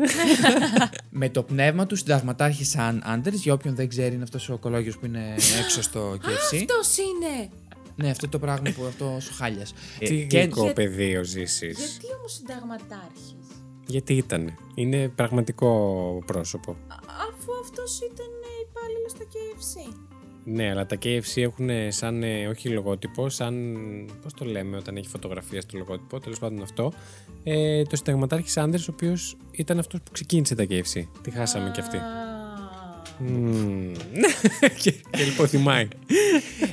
C: Με το πνεύμα του συνταγματάρχη Σαν Άντερ, για όποιον δεν ξέρει, είναι αυτός ο κολόγιος που είναι έξω στο KFC.
B: Αυτός είναι!
C: ναι, αυτό το πράγμα που αυτό ο χάλια.
A: Τι γλυκό παιδί ο ζήσει.
B: Γιατί όμως συνταγματάρχης,
A: Γιατί ήταν. Είναι πραγματικό πρόσωπο.
B: αφού αυτός ήταν υπάλληλο στο KFC.
A: Ναι, αλλά τα KFC έχουν σαν, ε, όχι λογότυπο, σαν, πώς το λέμε όταν έχει φωτογραφία στο λογότυπο, τέλος πάντων αυτό, ε, το συνταγματάρχης Άνδρες, ο οποίος ήταν αυτός που ξεκίνησε τα KFC. Τη χάσαμε κι αυτή. Μμμ. και, και λοιπόν θυμάει.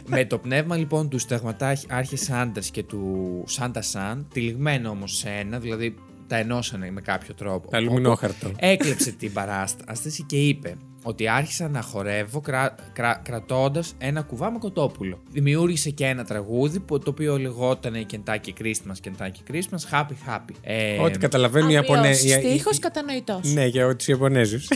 C: Με το πνεύμα λοιπόν του συνταγματάρχη Άντερ και του Σάντα Σαν, τυλιγμένο όμως σε ένα, δηλαδή τα ενώσανε με κάποιο τρόπο.
A: Τα αλουμινόχαρτο.
C: Έκλεψε την παράσταση και είπε ότι άρχισα να χορεύω κρα, κρα, κρατώντας ένα κουβά με κοτόπουλο. Δημιούργησε και ένα τραγούδι που, το οποίο λεγόταν Kentucky Christmas, Kentucky Christmas, Happy Happy. Ε,
A: Ό,τι καταλαβαίνουν οι
B: Απλός.
A: Ιαπωνέζοι.
B: Στίχος κατανοητός.
A: Ναι, για τους Ιαπωνέζους.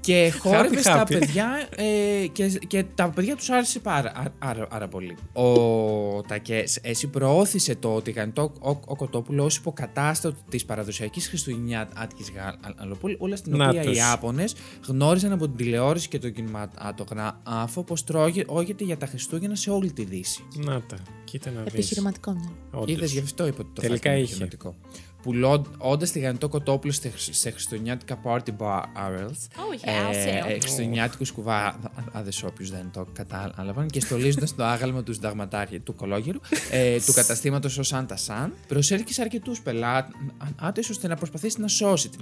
C: και χόρευε
A: Happy
C: στα
A: Happy.
C: παιδιά ε, και, και τα παιδιά τους άρεσε πάρα, άρα, άρα, άρα πολύ. Ο Τακές εσύ προώθησε το τηγανιτό ο, ο Κοτόπουλο ως υποκατάστατο της παραδοσιακής Χριστουγεννιάτικης γαλοπούλας την
A: Να
C: οποία
A: τους.
C: οι Ιάπωνες γνώριζαν από την τηλεόραση και τον κινηματογράφο πως τρώγεται για τα Χριστούγεννα σε όλη τη Δύση.
A: να τα, κοίτα να δεις.
B: Επιχειρηματικό μυαλό.
A: Όντως.
C: Είδες γι' αυτό είπα ότι το
A: Τελικά
C: φάκελο είναι
A: είχε.
C: επιχειρηματικό. πουλώντα τηγανιτό κοτόπουλο σε, χρυσ- σε χριστουγεννιάτικα party ε, barrels.
B: Oh, yeah, I'll sell.
C: Χριστουγεννιάτικου κουβάδε, όποιους δεν το κατάλαβαν, και στολίζοντας το άγαλμα του συνταγματάρχη του Κολόγερου, ε, του καταστήματος ω Σάντα Σαν, προσέλκυσε αρκετού πελάτε ώστε να προσπαθήσει να σώσει την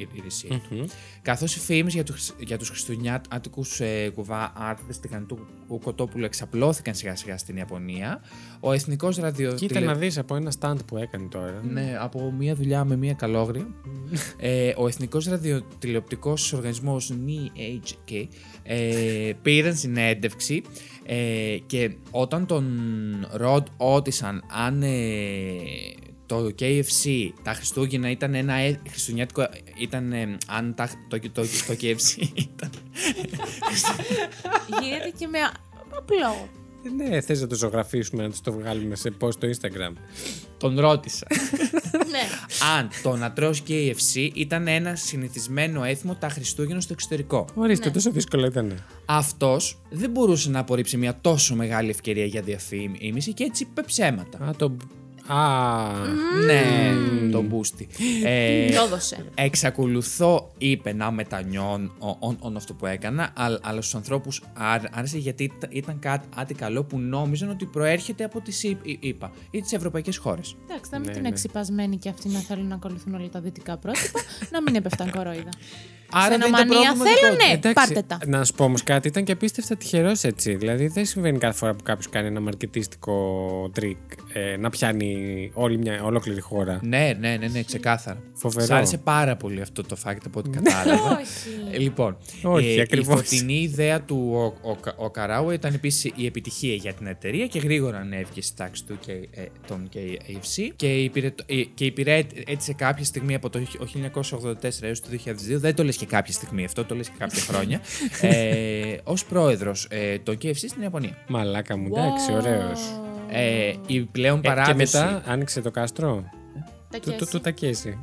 C: επιχείρησή του. Καθώς οι φήμες για, τους- για τους χριστουγεννιάτικους ε, κουβάδε τηγανιτού κοτόπουλου εξαπλώθηκαν σιγά σιγά στην Ιαπωνία, ο εθνικός
A: Κοίτα
C: ραδιοτηλε...
A: να δεις από ένα stand που έκανε τώρα.
C: Ναι, από μία δουλειά με μία καλόγρια. ε, ο Εθνικός Ραδιοτηλεοπτικός Οργανισμός NHK ε, πήραν συνέντευξη ε, και όταν τον ρώτησαν αν ε, το KFC τα Χριστούγεννα ήταν ένα ε, χριστουγεννιάτικο ήταν ε, αν τα, το, το, το, το KFC ήταν
B: Γίνεται και με απλό.
A: Ναι, θες να το ζωγραφίσουμε, να τους το βγάλουμε σε post στο Instagram.
C: τον ρώτησα
B: ναι.
C: αν το να τρως KFC ήταν ένα συνηθισμένο έθιμο τα Χριστούγεννα στο εξωτερικό
A: Ορίστε, τόσο δύσκολο ήταν.
C: Αυτός δεν μπορούσε να απορρίψει μια τόσο μεγάλη ευκαιρία για διαφήμιση και έτσι είπε ψέματα.
A: Α, το... Α,
C: Ναι, το μπούστι. Ε,
B: Το έδωσε.
C: εξακολουθώ, είπε, να μετανιώνω όν- όν αυτό που έκανα, αλλά, αλλά στους ανθρώπους άρεσε γιατί ήταν- ήταν κάτι κάτι καλό που νόμιζαν ότι προέρχεται από τις ΗΠΑ ή τις ευρωπαϊκές χώρες.
B: Εντάξει, να μην
A: Ναι,
B: την
A: ναι.
B: εξυπασμένη και αυτοί να θέλουν να ακολουθούν όλα τα δυτικά πρότυπα, να μην έπεφταν κορόιδα.
C: Άρα δεν ήταν
B: Στενομανία
C: πρόβλημα δικό
B: θέλουνε.
C: του.
B: Ε, πάρτε τα.
A: Να σου πω όμως κάτι, ήταν και απίστευτα τυχερός έτσι. Δηλαδή, δεν συμβαίνει κάθε φορά που κάποιος κάνει ένα μαρκετίστικο τρίκ ε, να πιάνει όλη μια ολόκληρη χώρα.
C: Ναι, ναι, ναι, ναι, ξεκάθαρα.
A: Φοβερό. Ναι.
C: Σ' άρεσε πάρα πολύ αυτό το fact από ό,τι κατάλαβα.
B: Όχι.
C: Ε, Λοιπόν,
A: Όχι,
C: η
A: ακριβώς.
C: φωτεινή ιδέα του ο, ο, ο Καράου ήταν επίσης η επιτυχία για την εταιρεία και γρήγορα ανέβηκε στη τάξη του και, ε, των KFC και, υπηρετ- ε, και υπηρέτησε κάποια στιγμή από το 1984 έως το 2002, δεν το λες και κάποια στιγμή αυτό, το λες και κάποια χρόνια, ε, ως πρόεδρος ε, των KFC στην Ιαπωνία.
A: Μαλάκα μου, εντάξει,
B: Wow.
A: ωραίος.
C: Ε, η πλέον
A: Ε, και
C: παράδοση...
A: μετά άνοιξε το κάστρο.
B: Τα
A: Του, του,
B: κέρδισε.
A: του τακέσει.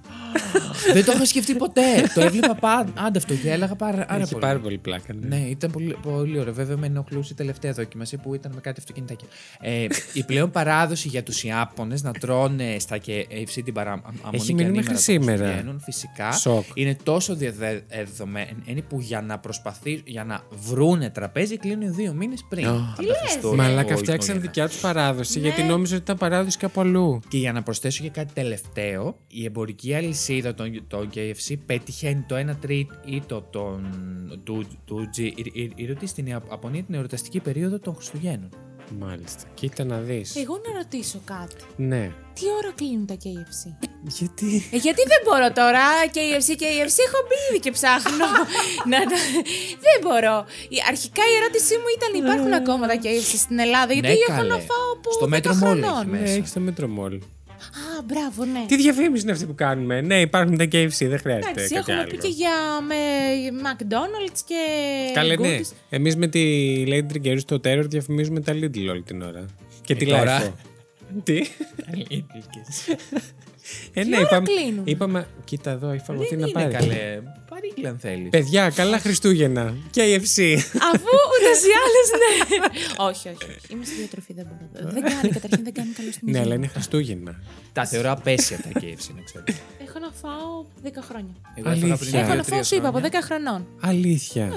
C: δεν το είχα σκεφτεί ποτέ. το έβλεπα πάντα αυτό και έλεγα πάρα, πάρα
A: Έχει
C: πολύ.
A: πάρα πολύ πλάκα. ναι.
C: Ναι, ήταν πολύ, πολύ ωραίο. Βέβαια, με ενοχλούσε η τελευταία δοκίμαση που ήταν με κάτι αυτοκινητάκια. Ε, η πλέον παράδοση για τους Ιάπωνες να τρώνε στα ε, KFC την παραμονή
A: Έχει μείνει μέχρι σήμερα.
C: Φυσικά
A: Σοκ.
C: είναι τόσο διαδεδομένη που για να προσπαθεί, για να βρούνε τραπέζι, κλείνουν δύο μήνες πριν.
A: Α.
C: από τα Χριστούγεννα.
A: Μαλάκα,
C: Ο-
A: φτιάξαν
C: ο-
A: δικιά τους παράδοση
B: Ναι.
A: γιατί νόμιζα ότι ήταν παράδοση κάπου αλλού.
C: και για να προσθέσω και κάτι τελευταίο, η εμπορική αλυσίδα των, των KFC πετυχαίνει το 1 τρίτο των, του, του τζίρου της στην Ιαπωνία την εορταστική περίοδο των Χριστουγέννων.
A: Μάλιστα. Κοίτα να δεις.
B: Εγώ να ρωτήσω κάτι.
A: Ναι.
B: Τι ώρα κλείνουν τα KFC.
A: Γιατί.
B: Ε, γιατί δεν μπορώ τώρα. KFC, KFC, έχω μπει ήδη και ψάχνω. να, τα- δεν μπορώ. Η- Αρχικά η ερώτησή μου ήταν: Υπάρχουν ακόμα τα KFC στην Ελλάδα, γιατί
C: Ναι,
B: έχω
C: καλέ.
B: να φάω από.
C: Στο
B: 10
C: μέτρο μόλι
B: χρονών.
C: έχεις
A: Ναι,
C: Μέσα.
A: έχεις το μέτρο μόλ.
B: Α, μπράβο, ναι.
A: Τι διαφήμιση είναι αυτή που κάνουμε. Ναι, υπάρχουν τα KFC, δεν χρειάζεται.
B: Εντάξει,
A: κάτι
B: έχουμε
A: άλλο.
B: πει και για με McDonald's και.
A: Καλέ, ναι.
B: Goodies.
A: Εμείς με τη Lady Trigger στο Terror διαφημίζουμε τα Lidl όλη την ώρα. Και τη
C: τώρα.
A: Λάιφο. Τι. ε, ναι,
B: ώρα
A: είπαμε,
B: κλείνουν?
A: είπαμε. Κοίτα εδώ, η φαγωθή
C: Δεν
A: να
C: είναι
A: πάρει.
C: καλέ. Παρήγγειλα αν θέλεις.
A: Παιδιά, καλά Χριστούγεννα. KFC.
B: Αφού ούτως ή άλλως ναι. όχι, όχι, όχι. Είμαι στη διατροφή, δεν μπορώ. δεν κάνει, καταρχήν δεν κάνει καλό στην
A: Ε. ναι,
B: υγεία.
A: αλλά είναι Χριστούγεννα.
C: Τα θεωρώ απέσια τα KFC, να ξέρετε.
B: Έχω να φάω 10 χρόνια.
C: Εγώ έφαγα πριν
A: Αλήθεια.
B: Έχω
A: Έχω
B: να φάω,
C: δύο-τρία
B: σου είπα, από
C: χρόνια.
B: 10 χρονών. Ναι.
A: Αλήθεια.
B: 20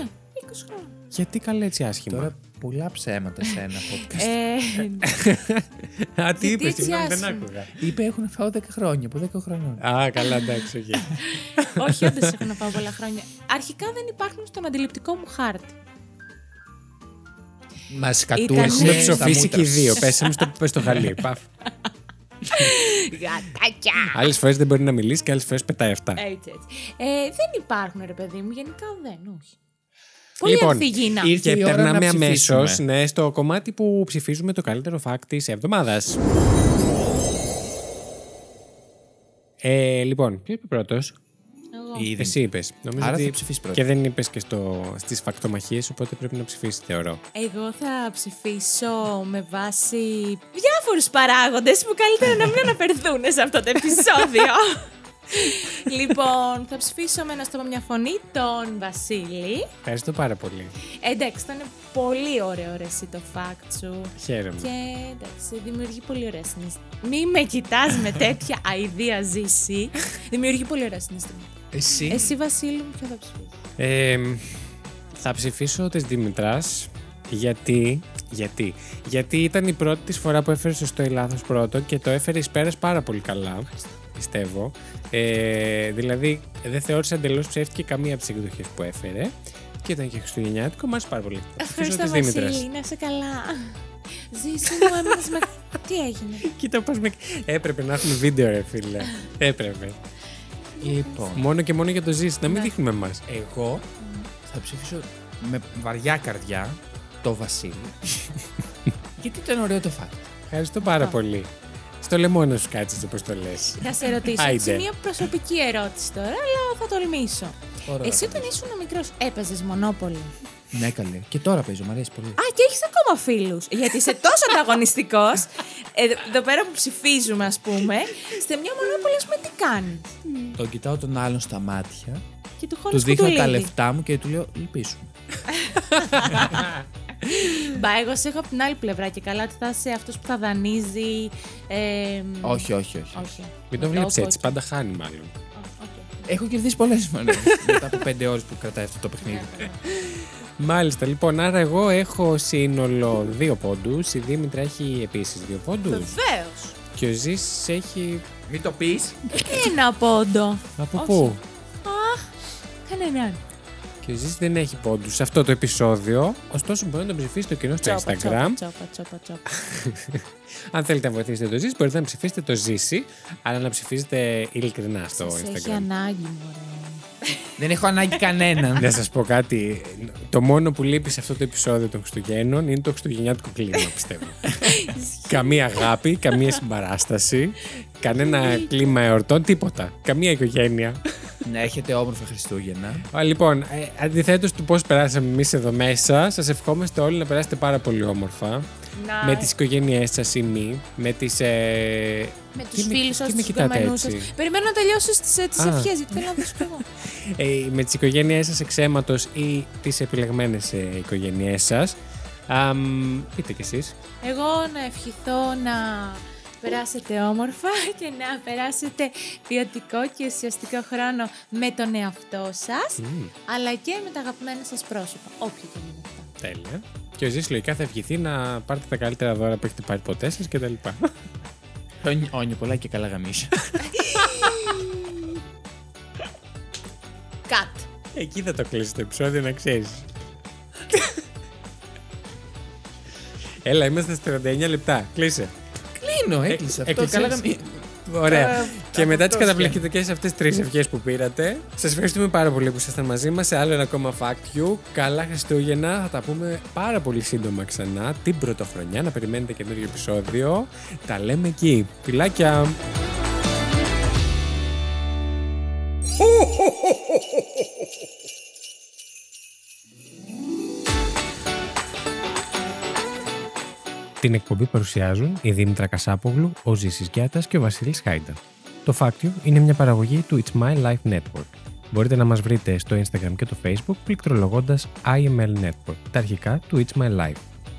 B: χρόνια.
A: Γιατί καλά έτσι άσχημα.
C: Τώρα πολλά ψέματα σε ένα podcast.
B: Ε,
A: Α, τι είπε,
B: γιατί
A: συγγνώμη,
B: έτσι
A: δεν
B: άσχημα.
A: άκουγα.
C: Είπε έχουν φάω 10 χρόνια, από 10 χρονών.
A: Α, καλά, εντάξει, οκ.
B: Όχι, όντως έχω να πάω πολλά χρόνια. Αρχικά δεν υπάρχουν στον αντιληπτικό μου χάρτη.
C: Μα
B: Ήτανε-
A: Έχουμε
B: Ε,
C: κατούρισε.
B: στα
A: ψοφήσει και οι δύο. Πέσαμε στο, στο χαλί. Παφ.
B: Γατάκια!
A: Άλλες φορές δεν μπορεί να μιλήσεις και άλλες φορές πετάει αυτά.
B: Έτσι, έτσι. Ε, δεν υπάρχουν, ρε παιδί μου, γενικά δεν, όχι. Πολύ
A: Λοιπόν,
B: ανθυγίνα.
A: Και
C: ήρθε- η ώρα
A: περνάμε
C: να ψηφίσουμε.
A: αμέσω στο κομμάτι που ψηφίζουμε το καλύτερο fact της εβδομάδας. Ε, λοιπόν, ποιος είπε πρώτος.
B: Εγώ.
C: Ήδη.
A: Εσύ είπε.
C: Άρα θα ψηφίσεις πρώτος.
A: Και δεν είπες και στο, στις φακτομαχίες, οπότε πρέπει να ψηφίσεις, θεωρώ.
B: Εγώ θα ψηφίσω με βάση διάφορους παράγοντες που καλύτερα να μην αναφερθούν σε αυτό το επεισόδιο. λοιπόν, θα ψηφίσω με ένα στόμα μια φωνή τον Βασίλη.
A: Ευχαριστώ πάρα πολύ.
B: Ε, εντάξει, ήταν πολύ ωραίο ρε εσύ το fact σου.
A: Χαίρομαι.
B: Και εντάξει, δημιουργεί πολύ ωραία συνέστημα. Μη με κοιτάς με τέτοια αηδία ζήσει. δημιουργεί πολύ ωραία συνέστημα.
C: Εσύ.
B: Εσύ, Βασίλη, μου, ποιο θα ψηφίσεις.
A: Ε, θα ψηφίσω τη Δήμητρα γιατί. Γιατί. Γιατί ήταν η πρώτη της φορά που έφερε σωστό ή λάθος πρώτο και το έφερε εις πέρας πάρα πολύ καλά. Πιστεύω. Ε, δηλαδή δεν θεώρησα εντελώς ψεύτικη καμία από τις εκδοχές που έφερε. Και ήταν και χριστουγεννιάτικο, μου άρεσε πάρα πολύ. Θα ψηφίσω
B: Ευχαριστώ,
A: τη Δήμητρας.
B: Βασίλη, να σε καλά. Ζήσει μου, έμεινες με. Τι έγινε.
A: Κοίτα πώς με... Έπρεπε να έχουμε βίντεο ρε φίλε. Έπρεπε.
C: Λοιπόν,
A: Μόνο και μόνο για το ζήσει, να μην
B: Ναι.
A: δείχνουμε εμάς.
C: εγώ θα ψηφίσω με βαριά καρδιά το Βασίλη. Γιατί ήταν ωραίο το φάτι.
A: Ευχαριστώ πάρα
B: Αυτό.
A: πολύ. Στο λαιμό να σου κάτσεις όπως το λες.
B: Θα σε ρωτήσω
A: Άιντε.
B: έτσι μια προσωπική ερώτηση τώρα, αλλά θα τολμήσω.
C: Ωραίο.
B: Εσύ όταν ήσουν μικρός, έπαιζες μονόπολη. Α,
C: Ναι, καλέ. Και τώρα παίζω, μου αρέσει πολύ.
B: και έχεις ακόμα φίλους. Γιατί είσαι τόσο ανταγωνιστικός. εδώ πέρα που ψηφίζουμε, ας πούμε, σε μια μονόπολη, ας πούμε, τι κάνει.
C: Τον κοιτάω τον άλλον στα μάτια,
B: Και του χωρίς
C: τους δείχνω τα
B: κουτουλίδι.
C: λεφτά μου και του λέω λυπήσου.
B: Μπα, εγώ σε έχω από την άλλη πλευρά και καλά ότι θα είσαι αυτός που θα δανείζει. ε,
C: Όχι, όχι, όχι.
B: όχι.
A: Μην το
B: Με
A: βλέπεις
B: όγκο
A: έτσι,
B: και-
A: πάντα χάνει μάλλον.
B: Ω, οκ.
C: Έχω κερδίσει πολλές φορές μετά από πέντε ώρες που κρατάει αυτό το παιχνίδι.
A: Μάλιστα, λοιπόν, άρα εγώ έχω σύνολο δύο πόντους, η Δήμητρα έχει επίσης δύο πόντους
B: Βεβαίως.
A: και ο Ζήσης έχει...
C: Μην το πεις.
B: Ένα πόντο.
A: Από
B: Όχι.
A: πού?
B: Κανέναν.
A: Και ο Ζήσης δεν έχει πόντους σε αυτό το επεισόδιο, ωστόσο μπορεί να τον ψηφίσει το κοινό στο
B: Τσόπα,
A: Instagram.
B: τσόπα, τσόπα, τσόπα, τσόπα.
A: Αν θέλετε να βοηθήσετε το Ζήση, μπορείτε να ψηφίσετε το Ζήση, αλλά να ψηφίζετε ειλικρινά στο
B: Σας έχει
A: Instagram.
B: ανάγκη μου,
C: Δεν έχω ανάγκη κανέναν.
A: Να σας πω κάτι. Το μόνο που λείπει σε αυτό το επεισόδιο των Χριστουγέννων είναι το χριστουγεννιάτικο κλίμα, πιστεύω. καμία αγάπη, καμία συμπαράσταση, κανένα κλίμα εορτών, τίποτα. Καμία οικογένεια.
C: Να έχετε όμορφα Χριστούγεννα.
A: Α, λοιπόν, αντιθέτως του πώς περάσαμε εμείς εδώ μέσα, σας ευχόμαστε όλοι να περάσετε πάρα πολύ όμορφα.
B: Να-
A: Με τις οικογένειές σας ή μη, με τις. Ε...
B: Με
A: τι
B: του φίλου σα,
A: τι
B: τους
A: κοιτάτε
B: κομμενού σα.
A: έτσι?
B: Περιμένω να τελειώσω τι τις
A: Α.
B: ευχές, γιατί θέλω να δώσω κι εγώ.
A: ε, με τις οικογένειές σας εξαίματος ή τις επιλεγμένες ε, οικογένειές σας. Αμ, πείτε κι εσείς.
B: Εγώ να ευχηθώ να περάσετε όμορφα και να περάσετε ποιοτικό και ουσιαστικό χρόνο με τον εαυτό σας,
A: Mm.
B: αλλά και με τα αγαπημένα σας πρόσωπα, όποιο και αν είναι αυτά.
A: Τέλεια. Και ο Ζης λογικά θα ευχηθεί να πάρετε τα καλύτερα δώρα που έχετε πάρει ποτέ σας κτλ.
C: Όνιο πολλά και καλά γαμίσια.
B: Κατ.
A: Εκεί θα το κλείσει το επεισόδιο να ξέρεις. Έλα, είμαστε στα 49 λεπτά. Κλείσε.
C: Κλείνω, έκλεισα. αυτό.
A: έκλεισες.
C: Καλά γαμίσια.
A: Ωραία.
C: Ε,
A: και μετά τι
C: αυτό
A: καταπληκτικές αυτές τρεις ευχές που πήρατε, σας ευχαριστούμε πάρα πολύ που ήσασταν μαζί μας σε άλλο ένα ακόμα Fact You. Καλά Χριστούγεννα. Θα τα πούμε πάρα πολύ σύντομα ξανά την πρωτοχρονιά. Να περιμένετε καινούριο επεισόδιο. Τα λέμε εκεί. Φιλάκια. Την εκπομπή παρουσιάζουν η Δήμητρα Κασάπογλου, ο Ζήσης Γιάτας και ο Βασίλης Χάιντας. Το Factio είναι μια παραγωγή του It's My Life Network. Μπορείτε να μας βρείτε στο Instagram και το Facebook πληκτρολογώντας IML Network, τα αρχικά του It's My Life.